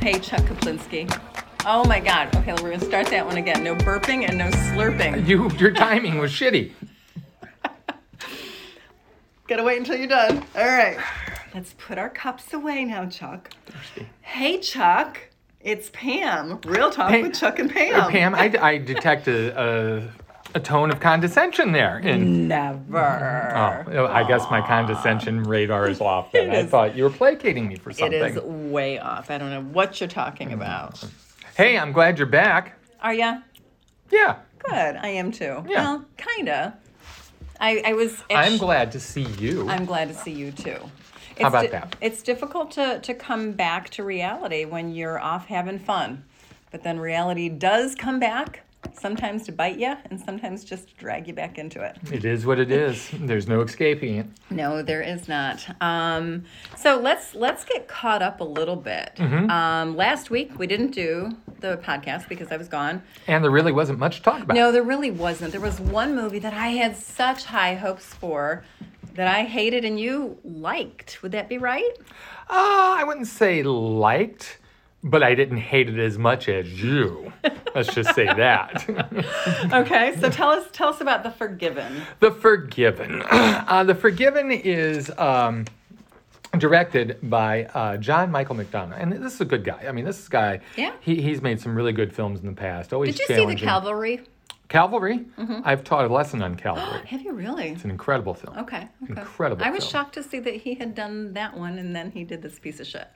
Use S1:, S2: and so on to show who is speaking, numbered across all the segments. S1: Hey, Chuck Kaplinsky. Oh my God. Okay, we're going to start that one again. No burping and no slurping.
S2: You, your timing was shitty.
S1: Gotta wait until you're done. All right. Let's put our cups away now, Chuck.
S2: Thirsty.
S1: Hey, Chuck. It's Pam. Real talk
S2: Pam-
S1: with Chuck and
S2: Hey,
S1: Pam.
S2: Pam, I, I detect a, a, a tone of condescension there. In,
S1: Mm. Never.
S2: oh, I guess my condescension radar is off. Then
S1: It
S2: I
S1: is.
S2: thought you were placating me for
S1: It
S2: Oh, something. Mm.
S1: is way off. I don't know what you're talking about.
S2: Hey, I'm glad you're back.
S1: Are ya?
S2: Yeah,
S1: Good. I am too.
S2: Yeah.
S1: Well, kinda. I, I was.
S2: I'm
S1: actu-
S2: glad to see you.
S1: I'm glad to see you too. It's
S2: about that?
S1: It's difficult to, to come back to reality when you're off having fun. But then reality does come back, sometimes to bite you and sometimes just to drag you back into it.
S2: It is what it is. There's no escaping it.
S1: No, there is not. Um, so let's let's get caught up a little bit.
S2: Mm-hmm.
S1: Um, last week we didn't do the podcast because I was gone.
S2: And there really wasn't much to talk about.
S1: No, there really wasn't. There was one movie that I had such high hopes for that I hated and you liked. Would that be right?
S2: Uh, I wouldn't say liked, but I didn't hate it as much as you. Let's just say that.
S1: Okay, so tell us tell us about the Forgiven.
S2: the Forgiven. uh, the Forgiven is um, directed by uh, John Michael McDonough. And this is a good guy. I mean, this guy,
S1: Yeah.
S2: he, he's made some really good films in the past. Always
S1: Did you see the Mm-hmm.
S2: challenging.
S1: Cavalry?
S2: Cavalry? I've taught a lesson on Calvary.
S1: Have you really?
S2: it's an incredible film.
S1: Okay. okay.
S2: Incredible
S1: I was
S2: film.
S1: shocked to see that he had done that one and then he did this piece of shit.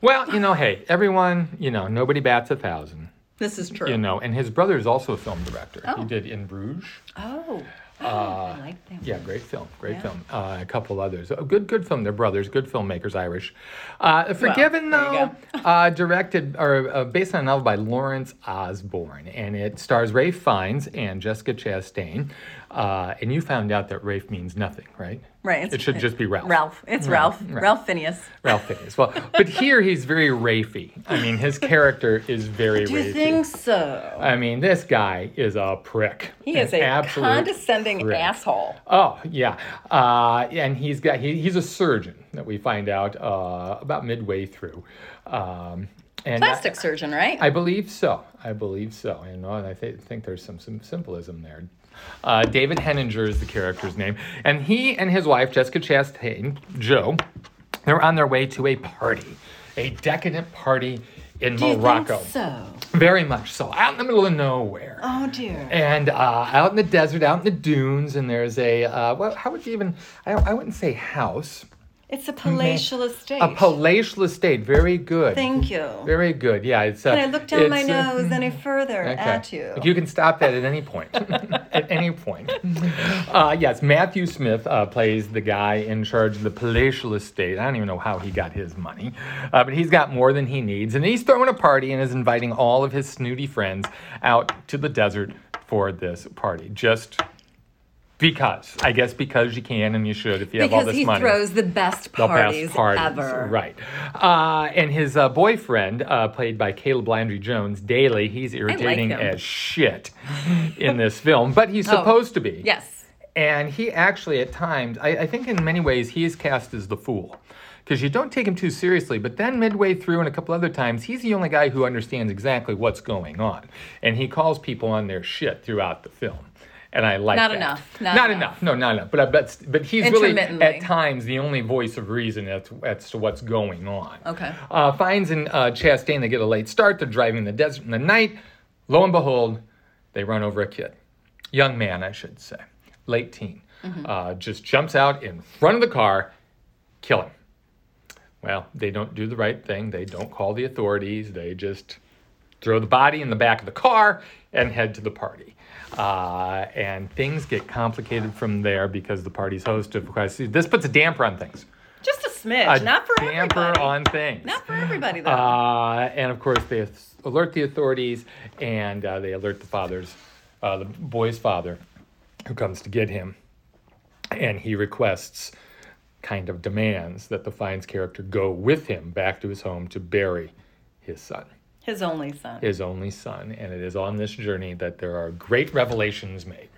S2: Well, you know, hey, everyone, you know, nobody bats a thousand.
S1: This is true.
S2: You know, and his brother is also a film director.
S1: Oh.
S2: He did In Bruges.
S1: Oh. I like that.
S2: uh, Yeah, great film, great film. Uh, a couple others, Uh, good, good film. They're brothers, good filmmakers, Irish. Uh, Forgiven
S1: there you
S2: though, uh, directed or uh, based on a novel by Lawrence Osborne, and it stars Rafe Fiennes and Jessica Chastain. Uh, and you found out that Rafe means nothing, right?
S1: Right.
S2: It should just be Ralph.
S1: Ralph. It's Ralph.
S2: Ralph.
S1: Ralph, Phineas.
S2: Ralph Fiennes. Well, but here he's very Rafey. I mean, his character is very.
S1: Do you
S2: Rafey.
S1: think so?
S2: I mean, this guy is a prick.
S1: He is
S2: An
S1: a
S2: absolute
S1: condescending
S2: prick.
S1: asshole.
S2: Oh yeah, uh, and he's got he, he's a surgeon that we find out uh, about midway through, um, and
S1: Plastic surgeon, right?
S2: I, I believe so. I believe so, and, uh, I th- think there's some, some symbolism there. Uh, David Henninger is the character's name, and he and his wife Jessica Chastain, Joe, they're on their way to a party, a decadent party in
S1: Do you
S2: Morocco.
S1: think so?
S2: Very much so, out in the middle of nowhere
S1: Oh dear.
S2: and uh, out in the desert, out in the dunes, and there's a uh, well, how would you even? I, I wouldn't say house,
S1: It's a palatial estate.
S2: a palatial estate. Very good.
S1: Thank you.
S2: Very good. Yeah, it's. Uh,
S1: Can I look down my
S2: it's, uh,
S1: nose any further at you?
S2: Like, can stop that at any point. at any point. Uh, yes, Matthew Smith uh, plays the guy in charge of the palatial estate. I don't even know how he got his money, uh, but he's got more than he needs. And he's throwing a party and is inviting all of his snooty friends out to the desert for this party. Just because. I guess because you can and you should if you have all
S1: because
S2: this
S1: he
S2: money
S1: throws the best
S2: the best
S1: parties, ever.
S2: Right. Uh, and his uh, boyfriend, uh, played by Caleb Landry Jones, Daly, he's irritating
S1: him. Oh,
S2: as shit in this film, but he's supposed to be.
S1: Yes.
S2: And he actually, at times, I, I think in many ways, he is cast as the fool. Because you don't take him too seriously, but then midway through and a couple other times, he's the only guy who understands exactly what's going on. And he calls people on their shit throughout the film. And I like
S1: Not
S2: that.
S1: enough. Not
S2: enough.
S1: enough.
S2: No, not enough. But I bet, but he's really at
S1: Intermittently.
S2: times the only voice of reason as, as to what's going on.
S1: Okay.
S2: Uh, Fines and uh, Chastain, they get a late start. They're driving in the desert in the night. Lo and behold, they run over a kid. Young man, I should say. Late teen. Uh, just jumps out in front of the car, kill him. Well, they don't do the right thing. They don't call the authorities. They just throw the body in the back of the car and head to the party. Uh, and things get complicated from there because the party's host, of course, this puts a damper on things.
S1: Just a smidge.
S2: A
S1: not for
S2: damper
S1: everybody.
S2: on things.
S1: Not for everybody though.
S2: Uh, and of course, they ath- alert the authorities, and uh, they alert the father's, uh, the boy's father, who comes to get him, and he requests, kind of demands that the Fines character go with him back to his home to bury his son,
S1: His only son.
S2: his only son, and it is on this journey that there are great revelations made.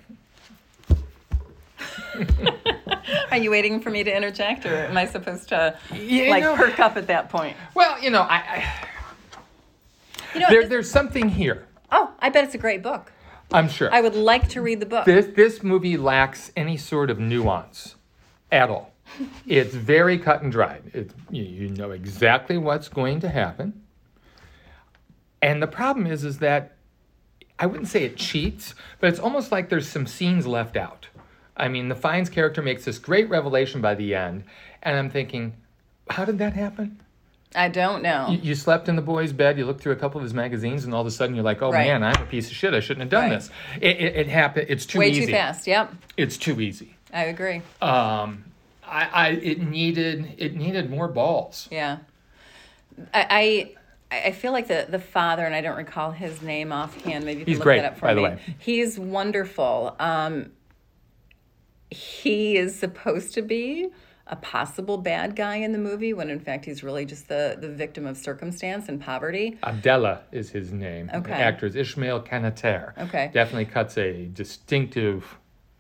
S1: Are you waiting for me to interject, or am I supposed to
S2: Yeah,
S1: like
S2: no.
S1: perk up at that point?
S2: Well, you know, I. I
S1: You know,
S2: there,
S1: this-
S2: there's something here.
S1: Oh, I bet it's a great book.
S2: I'm sure.
S1: I would like to read the book.
S2: this this movie lacks any sort of nuance at all. It's very cut and dried. It's, you, you know exactly what's going to happen. And the problem is, is that I wouldn't say it cheats, but it's almost like there's some scenes left out. I mean, the Fines character makes this great revelation by the end, and I'm thinking, how did that happen?
S1: I don't know.
S2: You, you slept in the boy's bed. You looked through a couple of his magazines, and all of a sudden you're like, "Oh
S1: Right.
S2: man, I'm a piece of shit. I shouldn't have done
S1: Right.
S2: this." It, it, it happened. It's too
S1: Way
S2: easy.
S1: too fast. Yep.
S2: It's too easy.
S1: I agree.
S2: Um, I, I it needed it needed more balls.
S1: Yeah. I, I I feel like the the father, and I don't recall his name offhand. Maybe you can
S2: He's
S1: look
S2: great,
S1: that up for
S2: by the
S1: me.
S2: way.
S1: He's wonderful. Um, he is supposed to be a possible bad guy in the movie, when in fact he's really just the the victim of circumstance and poverty.
S2: Abdallah is his name.
S1: Okay.
S2: The actor is Ishmael Kanater.
S1: Okay.
S2: Definitely cuts a distinctive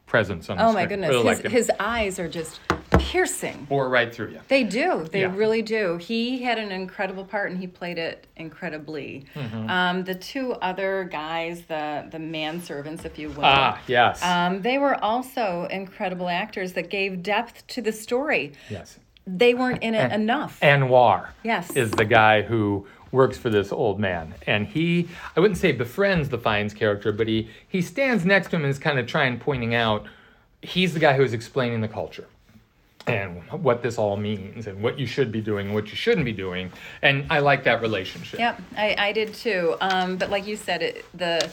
S2: presence on the
S1: Oh my
S2: screen.
S1: goodness,
S2: Really
S1: his
S2: liked him.
S1: his eyes are just piercing.
S2: Bore right through you.
S1: They do. They
S2: Yeah.
S1: really do. He had an incredible part, and he played it incredibly.
S2: Mm-hmm.
S1: Um, the two other guys, the the manservants, if you will,
S2: Ah, yes.
S1: um, they were also incredible actors that gave depth to the story.
S2: yes.
S1: They weren't in it enough.
S2: Anwar.
S1: Yes.
S2: Is the guy who works for this old man. And he I wouldn't say befriends the Fines character, but he he stands next to him and is kind of trying pointing out he's the guy who's explaining the culture and what this all means and what you should be doing and what you shouldn't be doing. And I like that relationship.
S1: Yep, I, I did too. Um, but like you said, it, the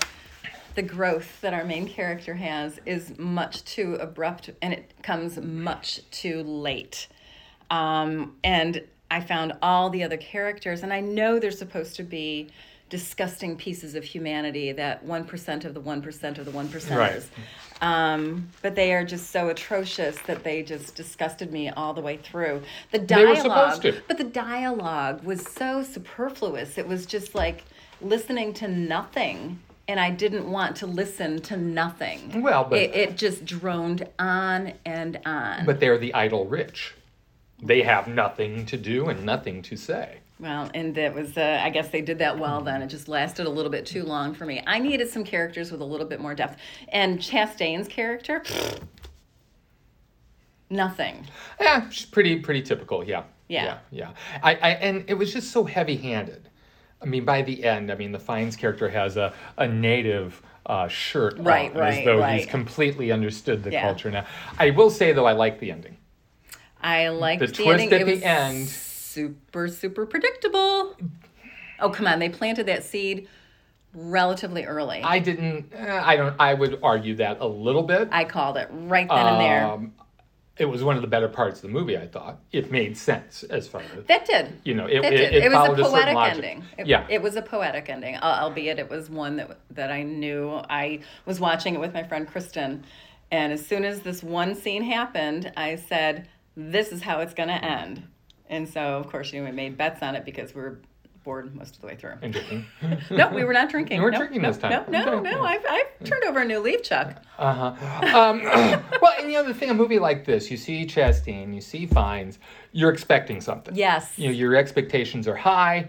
S1: the growth that our main character has is much too abrupt, and it comes much too late. Um, and I found all the other characters, and I know they're supposed to be disgusting pieces of humanity that 1% of the 1% of the 1%ers.
S2: Right.
S1: Um, but they are just so atrocious that they just disgusted me all the way through. The
S2: They were
S1: dialogue,
S2: supposed to.
S1: but the dialogue was so superfluous. It was just like listening to nothing. And I didn't want to listen to nothing.
S2: Well, but-
S1: it, it just droned on and on.
S2: But they're the idle rich. They have nothing to do and nothing to say.
S1: well, and that was, uh, I guess they did that well then. It just lasted a little bit too long for me. I needed some characters with a little bit more depth. And Chastain's character, nothing.
S2: Yeah, Eh, she's pretty pretty typical. Yeah.
S1: Yeah.
S2: Yeah. yeah. I, I and it was just so heavy handed. I mean, by the end, I mean the Fines character has a a native uh, shirt
S1: Right,
S2: on, as
S1: right,
S2: though he's
S1: right.
S2: completely understood the
S1: Yeah.
S2: culture now. I will say though, I like the ending.
S1: I liked
S2: The
S1: the,
S2: twist
S1: ending.
S2: at
S1: it
S2: the
S1: was
S2: end.
S1: Super, super predictable. Oh come on! They planted that seed relatively early. I,
S2: I didn't. eh, I don't. I would argue that a little bit.
S1: called it right then and there.
S2: Um, it was one of the better parts of the movie. I thought it made sense as far as
S1: That did.
S2: you know. It
S1: that
S2: it,
S1: did.
S2: it
S1: It, was
S2: followed
S1: a
S2: certain
S1: poetic
S2: logic.
S1: ending. It,
S2: yeah.
S1: it was a poetic ending, al- albeit it was one that that I knew. I was watching it with my friend Kristen, and as soon as this one scene happened, I said, "This is how it's going to end." And so, of course, you know, we made bets on it because we were bored most of the way through.
S2: Interesting.
S1: No, we were not drinking.
S2: You weren't
S1: no,
S2: drinking
S1: no,
S2: this time.
S1: No, no,
S2: Okay.
S1: no. I've, I've turned over a new leaf, Chuck.
S2: Um, well, and the other thing, a movie like this, you see Chastain, you see Fines, you're expecting something.
S1: Yes.
S2: You know, your expectations are high,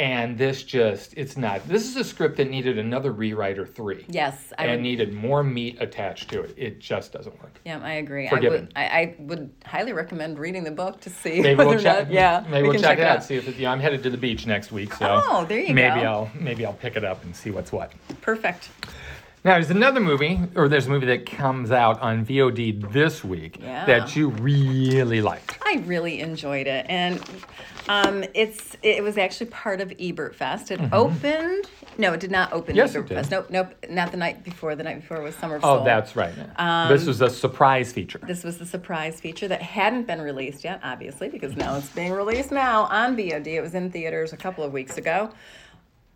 S2: and this just, it's not. This is a script that needed another rewrite or three.
S1: Yes, I
S2: And
S1: would-
S2: needed more meat attached to it. It just doesn't work.
S1: Yeah, I agree.
S2: Forgiven.
S1: I would, I, I would highly recommend reading the book to see.
S2: Maybe
S1: whether
S2: we'll
S1: or
S2: check.
S1: Not, yeah,
S2: Maybe
S1: we
S2: we'll
S1: can
S2: check,
S1: it out.
S2: See if it, yeah, I'm headed to the beach next week, so.
S1: Oh, there you
S2: maybe
S1: go.
S2: I'll maybe I'll pick it up and see what's what.
S1: Perfect.
S2: Now, there's another movie, or there's a movie that comes out on VOD this week
S1: Yeah.
S2: that you really liked.
S1: I really enjoyed it, and um, it's it was actually part of Ebert Fest. It opened. No, it did not open
S2: Mm-hmm. Yes, it
S1: Ebert
S2: did.
S1: Fest. Nope, nope. Not the night before. The night before was Summer of
S2: Oh,
S1: Soul.
S2: that's right.
S1: um,
S2: this was a surprise feature.
S1: This was the surprise feature that hadn't been released yet, obviously, because now it's being released now on VOD. It was in theaters a couple of weeks ago.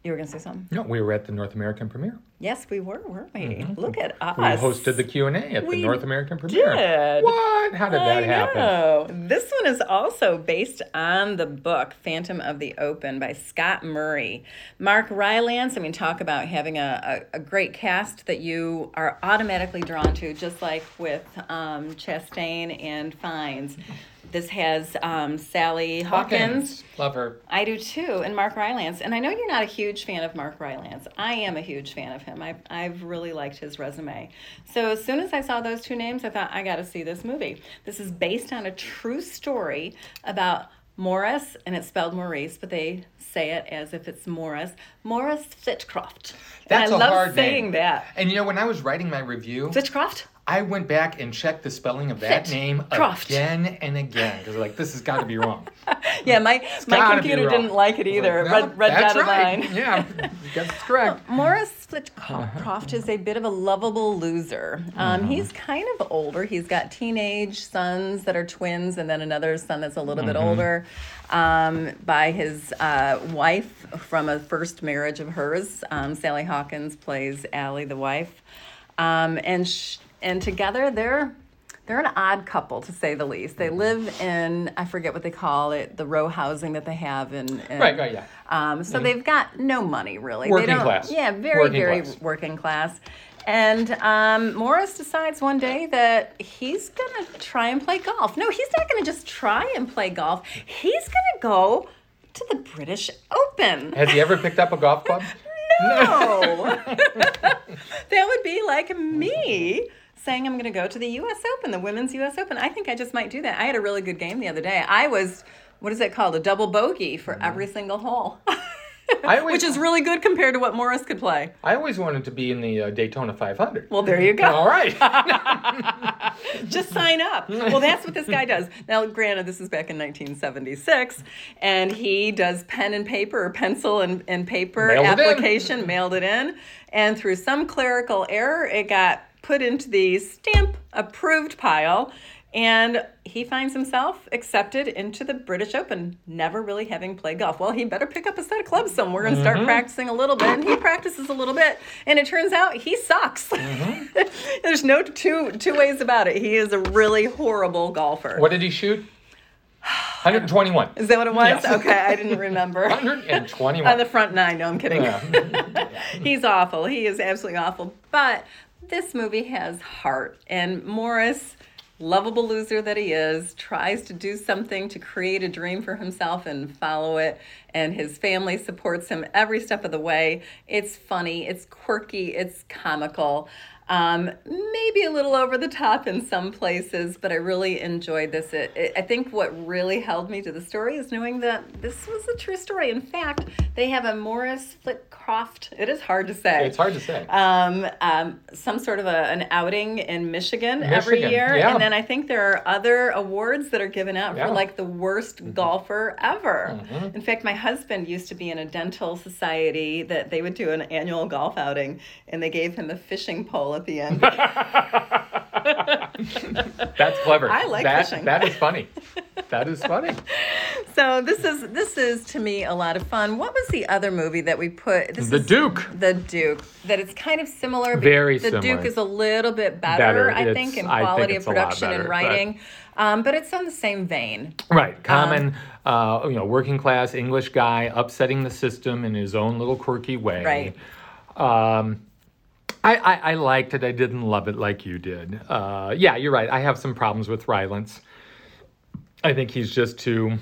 S1: You were going to say something?
S2: no, we were at the North American premiere.
S1: Yes, we were, weren't we? Look at us.
S2: Mm-hmm. We hosted the Q and A at the
S1: We
S2: North American premiere.
S1: did.
S2: What? How did that
S1: I
S2: happen?
S1: know. This one is also based on the book Phantom of the Open by Scott Murray. Mark Rylance, I mean, talk about having a, a, a great cast that you are automatically drawn to, just like with um, Chastain and Fines. This has um, Sally Hawkins.
S2: Love her.
S1: I do too, and Mark Rylance. And I know you're not a huge fan of Mark Rylance. I am a huge fan of him. I've, I've really liked his resume. So as soon as I saw those two names, I thought, I got to see this movie. This is based on a true story about Morris, and it's spelled Maurice, but they say it as if it's Morris. Morris Fitcroft.
S2: That's
S1: and I
S2: a
S1: love
S2: hard
S1: saying
S2: name.
S1: that.
S2: And you know, when I was writing my review,
S1: Fitcroft?
S2: I went back and checked the spelling of that
S1: Fit.
S2: name
S1: Croft.
S2: again and again because like this has got to be wrong.
S1: Yeah, my, my
S2: Gotta be
S1: computer
S2: wrong.
S1: didn't like it
S2: I was
S1: either.
S2: no,
S1: red red
S2: that's
S1: dot of
S2: right.
S1: mine.
S2: Yeah, that's correct.
S1: Morris Flitcroft is a bit of a lovable loser.
S2: Uh-huh.
S1: Um, He's kind of older. He's got teenage sons that are twins, and then another son that's a little
S2: Mm-hmm.
S1: bit older um, by his uh, wife from a first marriage of hers. Um, Sally Hawkins plays Allie, the wife, um, and sh- and together they're they're an odd couple to say the least.
S2: Mm-hmm.
S1: They live in I forget what they call it, the row housing that they have in, in
S2: Right, right, yeah. Mm-hmm.
S1: um, so they've got no money really.
S2: Working
S1: they don't,
S2: class.
S1: Yeah, very,
S2: Working
S1: very
S2: class.
S1: working class. And um, Morris decides one day that he's gonna try and play golf. No, he's not gonna just try and play golf. He's gonna go to the British Open.
S2: Has he ever picked up a golf club?
S1: No, that would be like me saying I'm going to go to the U.S. Open, the Women's U.S. Open. I think I just might do that. I had a really good game the other day. I was, what is it called, a double bogey for every single hole,
S2: Mm. I always,
S1: which is really good compared to what Morris could play.
S2: I always wanted to be in the uh, Daytona 500.
S1: Well, there you go.
S2: All right.
S1: Just sign up. Well, that's what this guy does. Now, granted, this is back in 1976, and he does pen and paper or pencil and, and paper
S2: Mailed it in.
S1: application, mailed it in, and through some clerical error, it got put into the stamp approved pile. And he finds himself accepted into the British Open, never really having played golf. Well, he better pick up a set of clubs somewhere and
S2: Mm-hmm.
S1: start practicing a little bit. And he practices a little bit, and it turns out he sucks.
S2: Mm-hmm.
S1: There's no two two ways about it. He is a really horrible golfer.
S2: what did he shoot? 121.
S1: Is that what it was?
S2: Yes.
S1: Okay, I didn't remember.
S2: 121.
S1: On the front nine. No, I'm kidding.
S2: Yeah.
S1: He's awful. He is absolutely awful. But this movie has heart, and Morris, lovable loser that he is, tries to do something to create a dream for himself and follow it. And his family supports him every step of the way. It's funny. It's quirky. It's comical. Um, maybe a little over the top in some places, but I really enjoyed this. It, it, I think what really held me to the story is knowing that this was a true story. In fact, they have a Morris Flitcroft. It is hard to say.
S2: It's hard to say.
S1: Um, um, some sort of a, an outing in Michigan, every
S2: Michigan,
S1: year,
S2: yeah.
S1: and then I think there are other awards that are given out
S2: Yeah. Mm-hmm.
S1: for like the worst golfer ever. In fact, my husband used to be in a dental society that they would do an annual golf outing, and they gave him a fishing pole at the end.
S2: That's clever.
S1: I like
S2: that,
S1: fishing.
S2: That is funny. That is funny.
S1: So this is this is to me a lot of fun. What was the other movie that we put? This
S2: The
S1: is
S2: Duke.
S1: The Duke. That it's kind of similar. but
S2: Very
S1: the
S2: similar.
S1: Duke is a little bit better,
S2: Better.
S1: I
S2: It's-
S1: think, in
S2: I think
S1: quality
S2: it's a
S1: of
S2: lot
S1: production
S2: better,
S1: and
S2: but-
S1: writing. Um, but it's on the same vein.
S2: Right. Common,
S1: Uh-huh.
S2: uh, you know, working class English guy upsetting the system in his own little quirky way.
S1: Right.
S2: Um, I, I, I liked it. I didn't love it like you did. Uh, yeah, you're right. I have some problems with Rylance. I think he's just too,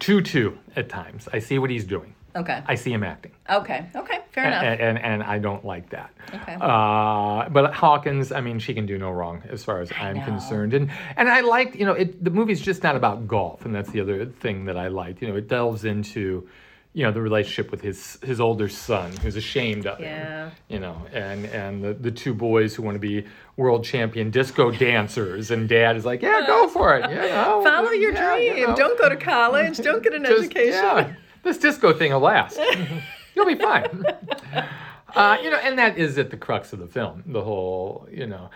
S2: too, too at times. I see what he's doing.
S1: Okay.
S2: I see him acting.
S1: Okay. Okay. Fair enough.
S2: And, and, and I don't like that.
S1: Okay.
S2: Uh, but Hawkins, I mean, she can do no wrong as far as I'm
S1: know.
S2: concerned. And and I liked, you know, it, the movie's just not about golf, and that's the other thing that I liked. You know, it delves into, you know, the relationship with his his older son, who's ashamed of
S1: Yeah.
S2: him. You know, and and the, the two boys who want to be world champion disco dancers, and Dad is like, yeah, go for it. You know,
S1: Follow your
S2: yeah, you
S1: dream.
S2: know,
S1: Don't go to college. Don't get an
S2: just-
S1: education.
S2: yeah, this disco thing will last. You'll be fine. Uh, you know, and that is at the crux of the film. The whole, you know,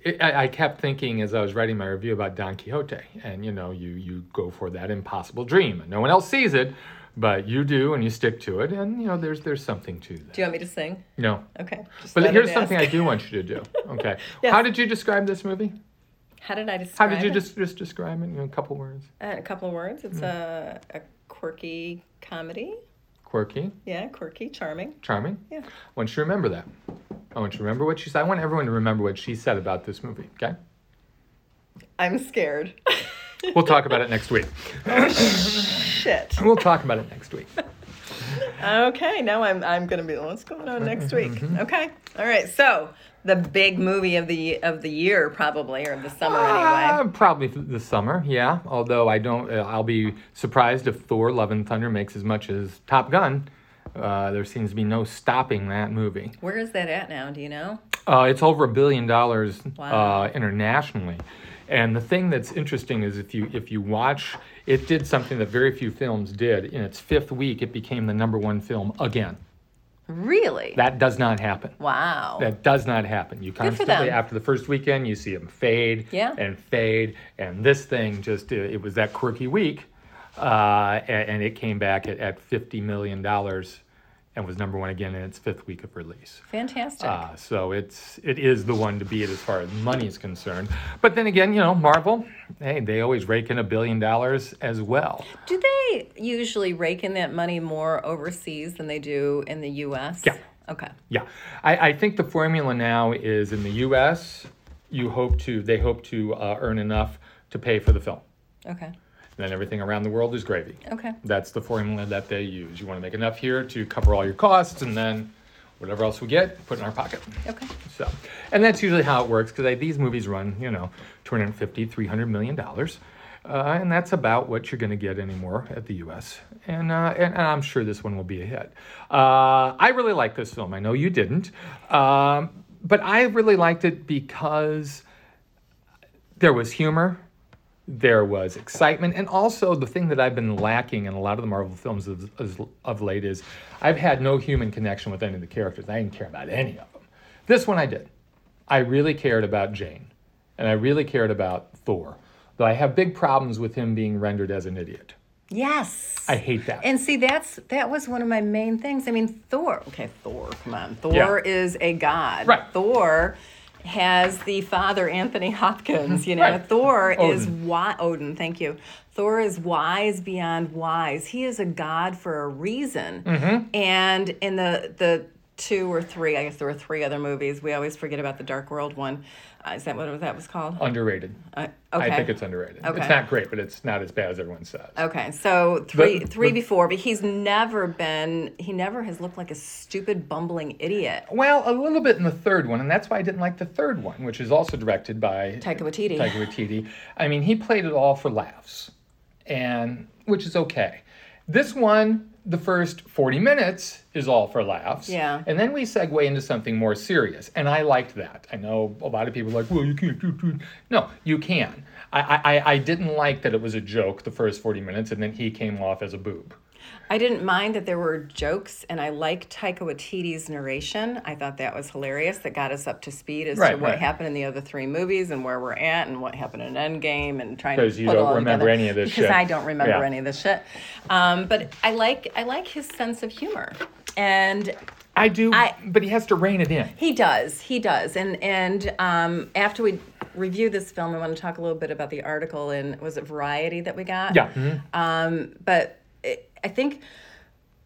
S2: it, I, I kept thinking as I was writing my review about Don Quixote, and you know, you you go for that impossible dream, and no one else sees it, but you do, and you stick to it, and you know, there's there's something to that.
S1: Do you want me to sing?
S2: No,
S1: Okay. Just
S2: but
S1: thought
S2: here's
S1: I'd
S2: something
S1: ask.
S2: I do want you to do. Okay,
S1: Yes.
S2: how did you describe this movie?
S1: How did I
S2: How
S1: describe?
S2: did you
S1: it?
S2: just just describe it in a couple words?
S1: Uh, a couple of words? It's a,
S2: Mm-hmm.
S1: a quirky comedy.
S2: Quirky,
S1: Yeah, quirky, charming.
S2: charming.
S1: Yeah.
S2: I want you to remember that. I want you to remember what she said. I want everyone to remember what she said about this movie, okay?
S1: I'm scared.
S2: We'll talk about it next week.
S1: Shit.
S2: We'll talk about it next week.
S1: Okay, now I'm I'm gonna be. What's going on
S2: Mm-hmm.
S1: next week? Okay, all right. So the big movie of the of the year, probably, or of the summer anyway.
S2: Uh, probably th- the summer, yeah. Although I don't, uh, I'll be surprised if Thor: Love and Thunder makes as much as Top Gun. Uh, there seems to be no stopping that movie.
S1: Where is that at now? Do you know?
S2: Uh, it's over a billion dollars
S1: Wow.
S2: uh, internationally, and the thing that's interesting is if you if you watch, it did something that very few films did. In its fifth week, it became the number one film again.
S1: Really?
S2: That does not happen.
S1: wow.
S2: That does not happen. You
S1: for
S2: constantly
S1: them.
S2: after the first weekend, you see them fade
S1: Yeah.
S2: and fade, and this thing just uh, it was that quirky week, uh, and, and it came back at, at fifty million dollars, and was number one again in its fifth week of release.
S1: Fantastic.
S2: Uh, so it's it is the one to beat as far as money is concerned. But then again, you know, Marvel, hey, they always rake in a billion dollars as well.
S1: do they usually rake in that money more overseas than they do in the U.S.?
S2: Yeah.
S1: Okay.
S2: Yeah, I, I think the formula now is in the U.S. You hope to they hope to uh, earn enough to pay for the film,
S1: Okay.
S2: and then everything around the world is gravy.
S1: Okay.
S2: That's the formula that they use. You want to make enough here to cover all your costs, and then whatever else we get, put in our pocket.
S1: Okay.
S2: So, and that's usually how it works because these movies run, you know, 250, 300 million dollars. Uh, and that's about what you're going to get anymore at the U.S. And, uh, and and I'm sure this one will be a hit. Uh, I really like this film. I know you didn't, um, but I really liked it because there was humor, there was excitement, and also the thing that I've been lacking in a lot of the Marvel films of, of, of late is I've had no human connection with any of the characters. I didn't care about any of them. This one I did. I really cared about Jane, and I really cared about Thor, though I have big problems with him being rendered as an idiot.
S1: Yes.
S2: I hate that.
S1: And see, that's that was one of my main things. I mean, Thor. Okay, Thor. Come on, Thor
S2: Yeah.
S1: is a god.
S2: Right.
S1: Thor has the father Anthony Hopkins. You know,
S2: Right.
S1: Thor is
S2: Odin.
S1: wise. Odin. Thank you. Thor is wise beyond wise. He is a god for a reason.
S2: Mm-hmm.
S1: And in the the two or three, I guess there were three other movies. We always forget about the Dark World one. Uh, is that what that was called?
S2: underrated.
S1: Uh, okay.
S2: I think it's underrated.
S1: Okay.
S2: It's not great, but it's not as bad as everyone says.
S1: Okay, so three
S2: But-
S1: three
S2: but-
S1: before, but he's never been. He never has looked like a stupid bumbling idiot.
S2: Well, a little bit in the third one, and that's why I didn't like the third one, which is also directed by
S1: Taika Waititi.
S2: Taika Waititi. I mean, he played it all for laughs, and which is okay. This one, the first 40 minutes is all for laughs.
S1: Yeah.
S2: And then we segue into something more serious, and I liked that. I know a lot of people are like, well, you can't do, do. No, you can. I, I, I- I didn't like that it was a joke the first 40 minutes, and then he came off as a boob.
S1: I didn't mind that there were jokes, and I like Taika Waititi's narration. I thought that was hilarious. That got us up to speed as to
S2: Right,
S1: what
S2: right.
S1: happened in the other three movies and where we're at and what happened in Endgame and trying to.
S2: 'Cause you
S1: put it
S2: don't
S1: all
S2: remember
S1: together.
S2: any of this
S1: because
S2: shit.
S1: I don't remember
S2: Yeah.
S1: any of this shit. Um, but I like I like his sense of humor, and
S2: I do,
S1: I-
S2: but he has to rein it in.
S1: He does. He does. And and um, after we review this film, I want to talk a little bit about the article in was it Variety that we got.
S2: Yeah. mhm.
S1: But it, I think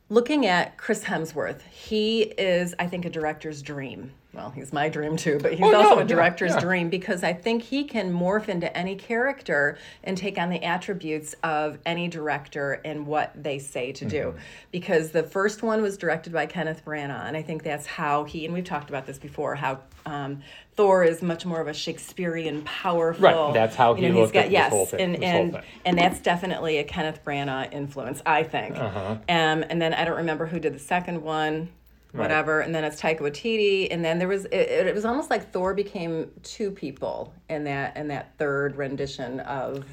S1: looking at Chris Hemsworth, he is I think a director's dream. Well, he's my dream too, but he's
S2: Oh,
S1: also
S2: no,
S1: a
S2: yeah,
S1: director's
S2: yeah.
S1: dream because I think he can morph into any character and take on the attributes of any director and what they say to
S2: Mm-hmm.
S1: do. Because the first one was directed by Kenneth Branagh, and I think that's how he and we've talked about this before how um, Thor is much more of a Shakespearean powerful.
S2: that's how he
S1: he's
S2: looked at this
S1: yes,
S2: whole thing,
S1: and
S2: this whole
S1: and
S2: thing.
S1: and that's definitely a Kenneth Branagh influence, I think.
S2: Uh-huh.
S1: Um, and then I don't remember who did the second one, whatever. And then it's Taika Waititi, and then there was it, it it was almost like Thor became two people in that in that third rendition of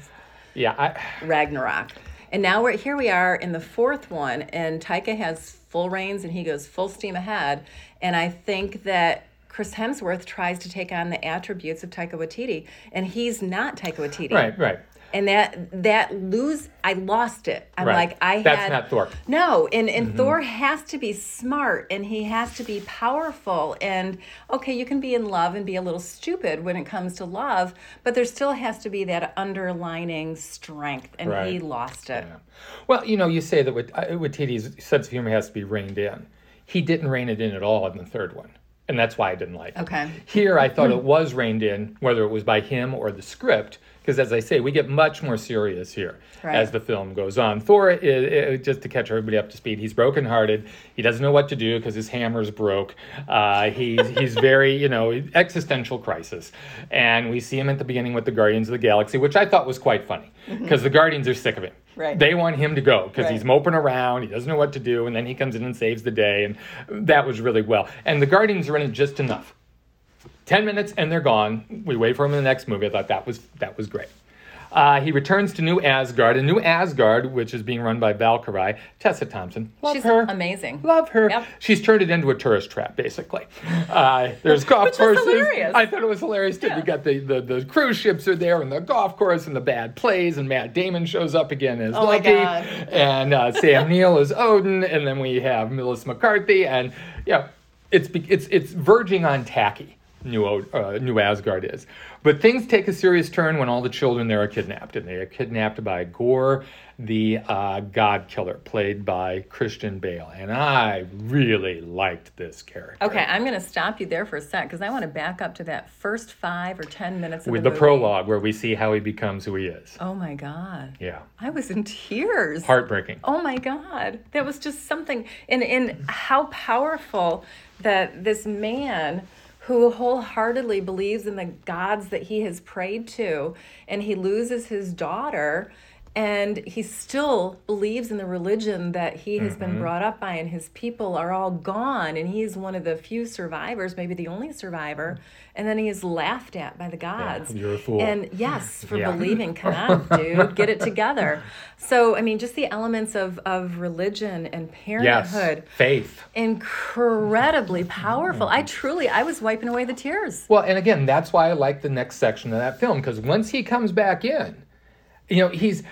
S2: Yeah. I,
S1: Ragnarok. And now we're here we are in the fourth one, and Taika has full reins and he goes full steam ahead. And I think that Chris Hemsworth tries to take on the attributes of Taika Waititi, and he's not Taika Waititi
S2: right, right.
S1: and that that lose i lost it i'm
S2: Right.
S1: like i
S2: That's Mm-hmm.
S1: had
S2: not Thor.
S1: no and and thor has to be smart and he has to be powerful and okay you can be in love and be a little stupid when it comes to love but there still has to be that underlining strength and he
S2: Right.
S1: lost it
S2: Yeah. Well, you know, you say that with uh, Waititi's sense of humor has to be reined in. He didn't rein it in at all in the third one, and that's why I didn't like it.
S1: Okay.
S2: Here, I thought it was reined in, whether it was by him or the script, because as I say, we get much more serious here
S3: Right.
S2: as the film goes on. Thor, i i just to catch everybody up to speed, he's brokenhearted. He doesn't know what to do because his hammer's broke. Uh, he's he's very you know existential crisis, and we see him at the beginning with the Guardians of the Galaxy, which I thought was quite funny because the Guardians are sick of him.
S1: Mm-hmm. Right.
S2: They want him to go because
S1: Right.
S2: he's moping around. He doesn't know what to do, and then he comes in and saves the day, and that was really well. And the Guardians are in it just enough. 10 minutes and they're gone. We wait for him in the next movie. I thought that was that was great. Uh, he returns to New Asgard, and New Asgard, which is being run by Valkyrie, Tessa Thompson. Love
S3: She's
S2: her.
S3: amazing.
S2: Love her.
S3: Yep.
S2: She's turned it into a tourist trap, basically. Uh, there's golf courses.
S3: hilarious.
S2: I thought it was hilarious too. You got the, the the cruise ships are there, and the golf course, and the bad plays, and Matt Damon shows up again as
S3: Oh my
S2: Loki,
S3: God.
S2: and uh, Sam Neill is Odin, and then we have Melissa McCarthy, and yeah, it's be- it's it's verging on tacky. New Od- uh, New Asgard is, but things take a serious turn when all the children there are kidnapped, and they are kidnapped by Gore, the uh, God Killer, played by Christian Bale, and I really liked this character.
S1: Okay, I'm going to stop you there for a sec because I want to back up to that first five or ten minutes of
S2: With
S1: the,
S2: the
S1: movie.
S2: prologue where we see how he becomes who he is.
S1: Oh my god,
S2: Yeah,
S1: I was in tears.
S2: heartbreaking.
S1: Oh my God, that was just something. And and how powerful that this man who wholeheartedly believes in the gods that he has prayed to, and he loses his daughter, and he still believes in the religion that he has
S2: Mm-hmm.
S1: been brought up by, and his people are all gone, and he is one of the few survivors, maybe the only survivor, and then he is laughed at by the gods.
S2: you're a fool.
S1: And yes, for
S2: Yeah.
S1: believing. Come on, dude, get it together. So, I mean, just the elements of of religion and
S2: Yes,
S1: parenthood,
S2: faith.
S1: incredibly powerful. I truly, I was wiping away the tears.
S2: Well, and again, that's why I like the next section of that film because once he comes back in, you know, he's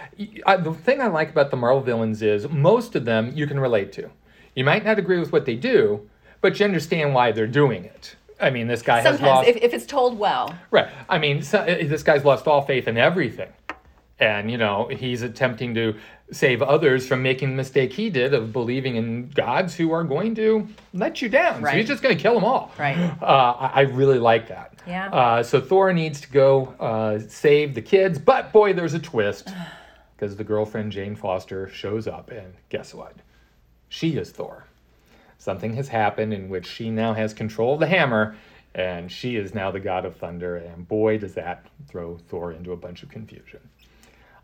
S2: I, the thing I like about the Marvel villains is most of them you can relate to. You might not agree with what they do, but you understand why they're doing it. I mean, this guy has
S3: Sometimes,
S2: lost
S3: if, if it's told well,
S2: Right. I mean, so, uh, this guy's lost all faith in everything. And, you know, he's attempting to save others from making the mistake he did of believing in gods who are going to let you down. So
S3: Right.
S2: he's just going to kill them all.
S3: Right.
S2: Uh, I, I really like that.
S1: Yeah.
S2: Uh, so Thor needs to go uh, save the kids. But boy, there's a twist because the girlfriend, Jane Foster, shows up. And guess what? She is Thor. Something has happened in which she now has control of the hammer, and she is now the god of thunder. And boy, does that throw Thor into a bunch of confusion.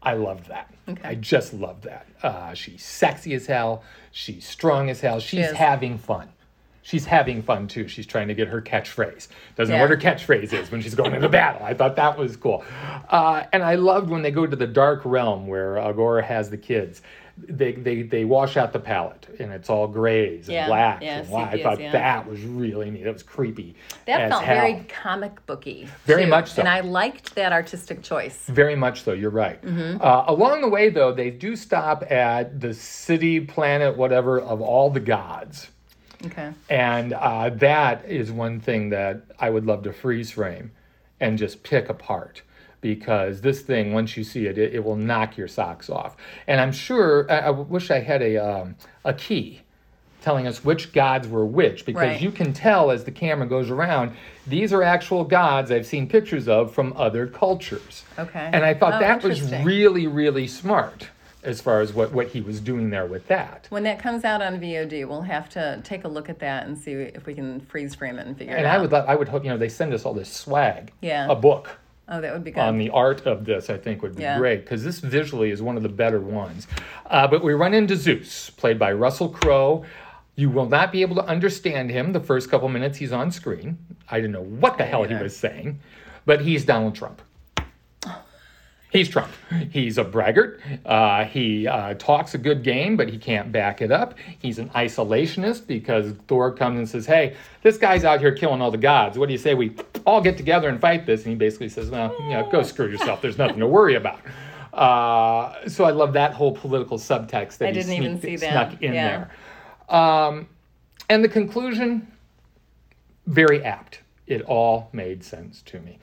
S2: I loved that. I just loved that. Uh, she's sexy as hell. She's strong as hell. She's
S1: is.
S2: having fun. She's having fun too. She's trying to get her catchphrase. Doesn't know what her catchphrase is when she's going into battle. I thought that was cool. Uh, and I loved when they go to the dark realm where Agora has the kids. They, they, they wash out the palette and it's all grays and
S3: Yeah,
S2: blacks
S3: yeah,
S2: and white. I
S3: sepias,
S2: thought
S3: yeah.
S2: that was really neat. That was creepy.
S1: That
S2: as
S1: felt
S2: hell.
S1: very comic booky.
S2: Very
S1: too,
S2: much so.
S1: And I liked that artistic choice.
S2: Very much so. You're right. Uh, along the way, though, they do stop at the city, planet, whatever of all the gods,
S3: okay.
S2: and uh, that is one thing that I would love to freeze frame and just pick apart because this thing, once you see it, it, it will knock your socks off. And I'm sure. I, I wish I had a um, a key telling us which gods were which because
S3: Right.
S2: you can tell as the camera goes around these are actual gods i've seen pictures of from other cultures
S3: Okay.
S2: and i thought
S3: Oh,
S2: that was
S3: interesting.
S2: really really smart as far as what, what he was doing there with that
S1: When that comes out on VOD, we'll have to take a look at that and see if we can freeze frame it and figure
S2: and
S1: it out.
S2: i would love- i would hope you know they send us all this swag
S1: Yeah.
S2: a book
S1: oh, that would be good.
S2: on the art of this, I think would be
S1: Yeah.
S2: great because this visually is one of the better ones. Uh, but we run into Zeus, played by Russell Crowe. You will not be able to understand him the first couple minutes he's on screen. I didn't know what the hell he was saying, but he's Donald Trump. He's Trump. He's a braggart. Uh, he uh, talks a good game, but he can't back it up. He's an isolationist because Thor comes and says, "Hey, this guy's out here killing all the gods. What do you say we all get together and fight this?" And he basically says, "Well, you know, go screw yourself. There's nothing to worry about." Uh, so I love that whole political subtext that
S3: I
S2: he
S3: didn't even
S2: sneaked-
S3: see that.
S2: snuck in
S3: Yeah.
S2: there. Um, And the conclusion, very apt. It all made sense to me.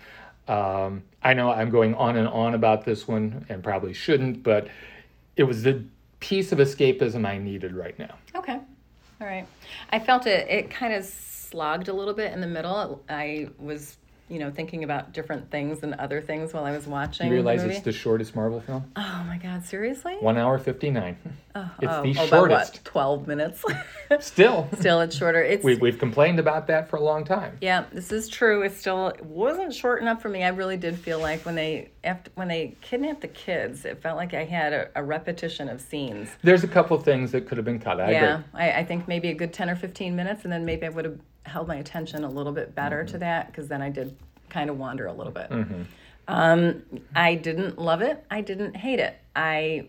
S2: Um, I know I'm going on and on about this one and probably shouldn't, but it was the piece of escapism I needed right now.
S3: Okay. All right.
S1: I felt it. It kind of slogged a little bit in the middle. I was, you know, thinking about different things and other things while I was watching.
S2: You realize
S1: the
S2: it's
S1: movie.
S2: the shortest Marvel film?
S1: Oh my God! Seriously?
S2: One hour fifty nine. it's
S1: oh,
S2: the
S1: oh, by what?
S2: shortest.
S1: Twelve minutes.
S2: Still,
S1: Still, it's shorter. It's
S2: we, we've complained about that for a long time.
S1: Yeah, this is true. It still it wasn't short enough for me. I really did feel like when they after, when they kidnapped the kids, it felt like I had a, a repetition of scenes.
S2: There's a couple things that could have been cut. I
S1: yeah,
S2: agree.
S1: I, I think maybe a good ten or fifteen minutes, and then maybe I would have held my attention a little bit better
S2: Mm-hmm.
S1: to that because then I did kind of wander a little bit. Um, I didn't love it. I didn't hate it. I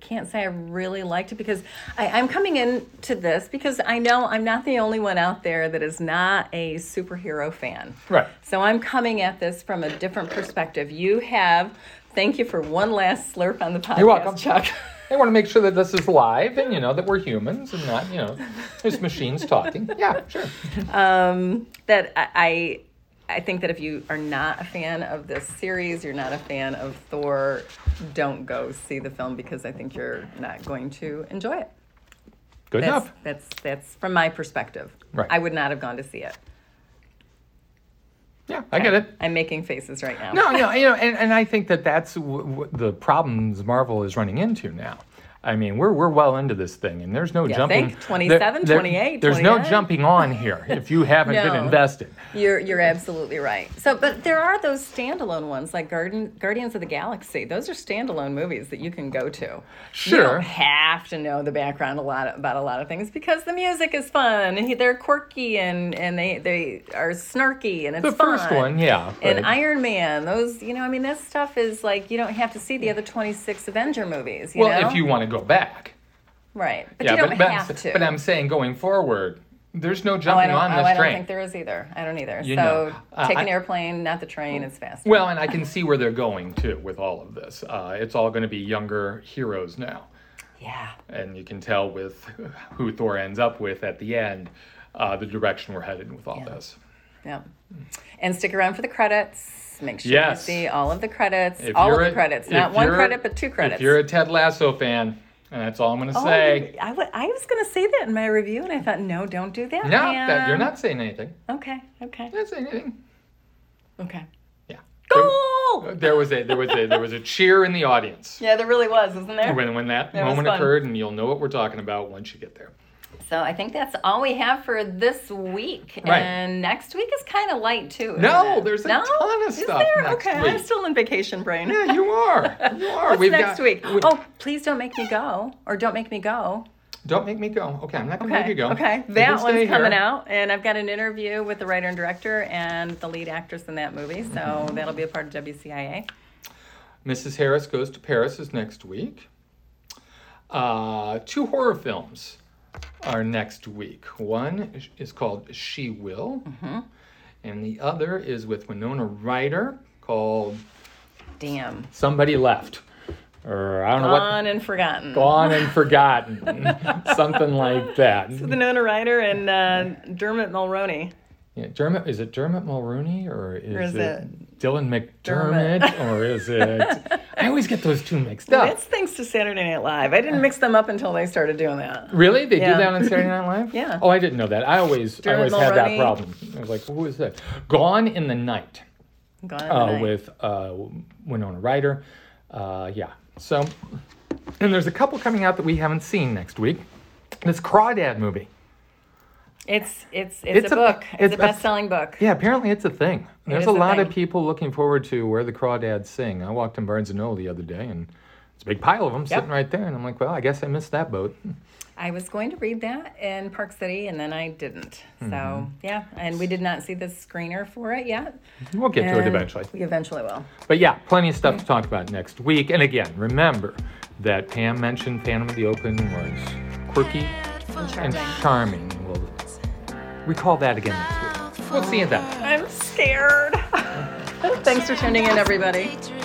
S1: can't say I really liked it because I, I'm coming into this because I know I'm not the only one out there that is not a superhero fan.
S2: Right.
S1: So I'm coming at this from a different perspective. You have, thank you for one last slurp on the podcast,
S2: You're welcome,
S1: Chuck.
S2: They want to make sure that this is live and you know that we're humans and not you know there's machines talking. Yeah, sure.
S1: that I, I, I think that if you are not a fan of this series, you're not a fan of Thor, don't go see the film because I think you're not going to enjoy it.
S2: Good
S1: That's
S2: enough.
S1: that's that's from my perspective.
S2: Right.
S1: I would not have gone to see it.
S2: Yeah, I get it.
S1: I'm making faces right now.
S2: No, no, you know, and, and I think that that's w- w- the problems Marvel is running into now. I mean, we're we're well into this thing, and there's no jumping.
S1: think 27, 28,
S2: There's no
S1: 29.
S2: jumping on here if you haven't
S1: No.
S2: been invested.
S1: You're you're absolutely right. So, but there are those standalone ones like Garden Guardians of the Galaxy. Those are standalone movies that you can go to. You
S2: Sure.
S1: don't have to know the background a lot about a lot of things because the music is fun and he- they're quirky and and they they are snarky and it's
S2: The first
S1: fun.
S2: one, yeah.
S1: And
S2: but-
S1: Iron Man, those you know, I mean, that stuff is like you don't have to see the other twenty six Avenger movies. You
S2: well,
S1: know?
S2: if you want to go back,
S1: right, but
S2: yeah,
S1: you don't
S2: but, but, I'm
S1: have
S2: s-
S1: to.
S2: but I'm saying going forward, there's no
S1: Oh, I
S2: jumping
S1: don't,
S2: on
S1: oh,
S2: this
S1: I don't
S2: train.
S1: think there is either. I don't either.
S2: You
S1: so
S2: know, uh,
S1: take
S2: I-
S1: an airplane, not the train. It's faster.
S2: Well, and I can see where they're going too with all of this. Uh, it's all going to be younger heroes now.
S1: yeah.
S2: and you can tell with who Thor ends up with at the end, uh, the direction we're headed with all this.
S1: Yep. And stick around for the credits. Make sure
S2: Yes.
S1: you see all of the credits.
S2: If
S1: all of
S2: you're
S1: the
S2: a-
S1: credits.
S2: if
S1: Not one
S2: you're a-
S1: credit, but two credits.
S2: If you're a Ted Lasso fan, and that's all I'm going to
S1: Oh,
S2: say.
S1: I, w- I was going to say that in my review, and I thought, no, don't do that.
S2: No, that,
S1: man.
S2: you're not saying anything.
S1: Okay, okay,
S2: You're not saying anything.
S1: okay.
S2: Yeah.
S1: Goal!
S2: There, there was a there was a there was a cheer in the audience
S1: Yeah, there really was, isn't there?
S2: when when that,
S1: That was
S2: moment
S1: fun.
S2: occurred, and you'll know what we're talking about once you get there.
S1: So I think that's all we have for this week.
S2: Right.
S1: And next week is kind of light, too. isn't
S2: No,
S1: it?
S2: there's a
S1: no?
S2: ton of
S1: Is
S2: stuff
S1: there?
S2: next
S1: okay, I'm
S2: week.
S1: still in vacation brain.
S2: Yeah, you are. You are.
S1: What's
S2: We've
S1: next
S2: got-
S1: week?
S2: we-
S1: oh, please don't make me go, or don't make me go.
S2: Don't make me go. Okay, I'm not going to
S1: Okay.
S2: make you go.
S1: Okay.
S2: You can
S1: That
S2: stay
S1: one's coming
S2: here.
S1: out, and I've got an interview with the writer and director and the lead actress in that movie, so
S2: Mm-hmm.
S1: that'll be a part of WCIA.
S2: Mrs. Harris Goes to Paris is next week. Uh, two horror films are next week. One is- is called She Will, and the other is with Winona Ryder called
S1: Damn.
S2: Somebody Left. Or I don't know what.
S1: Gone and forgotten.
S2: Gone and Forgotten. Something like that.
S1: The Nona Ryder and uh, Dermot Mulroney.
S2: Yeah, Dermot, is it Dermot Mulroney or is,
S1: is
S2: it, Dylan McDermott
S1: Dermot.
S2: or is it. I always get those two mixed up.
S1: That's thanks to Saturday Night Live. I didn't mix them up until they started doing that.
S2: Really? They
S1: Yeah.
S2: do that on Saturday Night Live?
S1: Yeah.
S2: Oh, I didn't know that. I always, I
S1: Dermot
S2: always had that
S1: Mulroney.
S2: problem. I was like, who is that? Gone in the Night
S1: Gone in the
S2: uh,
S1: night.
S2: with uh, Winona Ryder. Uh, yeah. So, and there's a couple coming out that we haven't seen next week. This Crawdad movie.
S1: It's it's it's,
S2: It's
S1: a,
S2: a-
S1: book. It's,
S2: it's
S1: a
S2: a-
S1: best-selling book.
S2: Yeah, apparently it's a thing. There's
S1: is
S2: a
S1: a
S2: lot of
S1: thing.
S2: people looking forward to where the crawdads sing. I walked in Barnes and Noble the other day, and it's a big pile of them sitting right there. And I'm like, well, I guess I missed that boat.
S1: I was going to read that in Park City, and then I didn't.
S2: Mm-hmm.
S1: So yeah, and we did not see the screener for it yet.
S2: We'll get to it
S1: And
S2: eventually.
S1: We eventually will.
S2: But yeah, plenty of stuff to talk about next week. And again, remember that Pam mentioned Phantom of the Open was quirky and charming. We'll recall that again next week. We'll see you then.
S1: I'm scared. Thanks for tuning in, everybody.
S4: Everybody.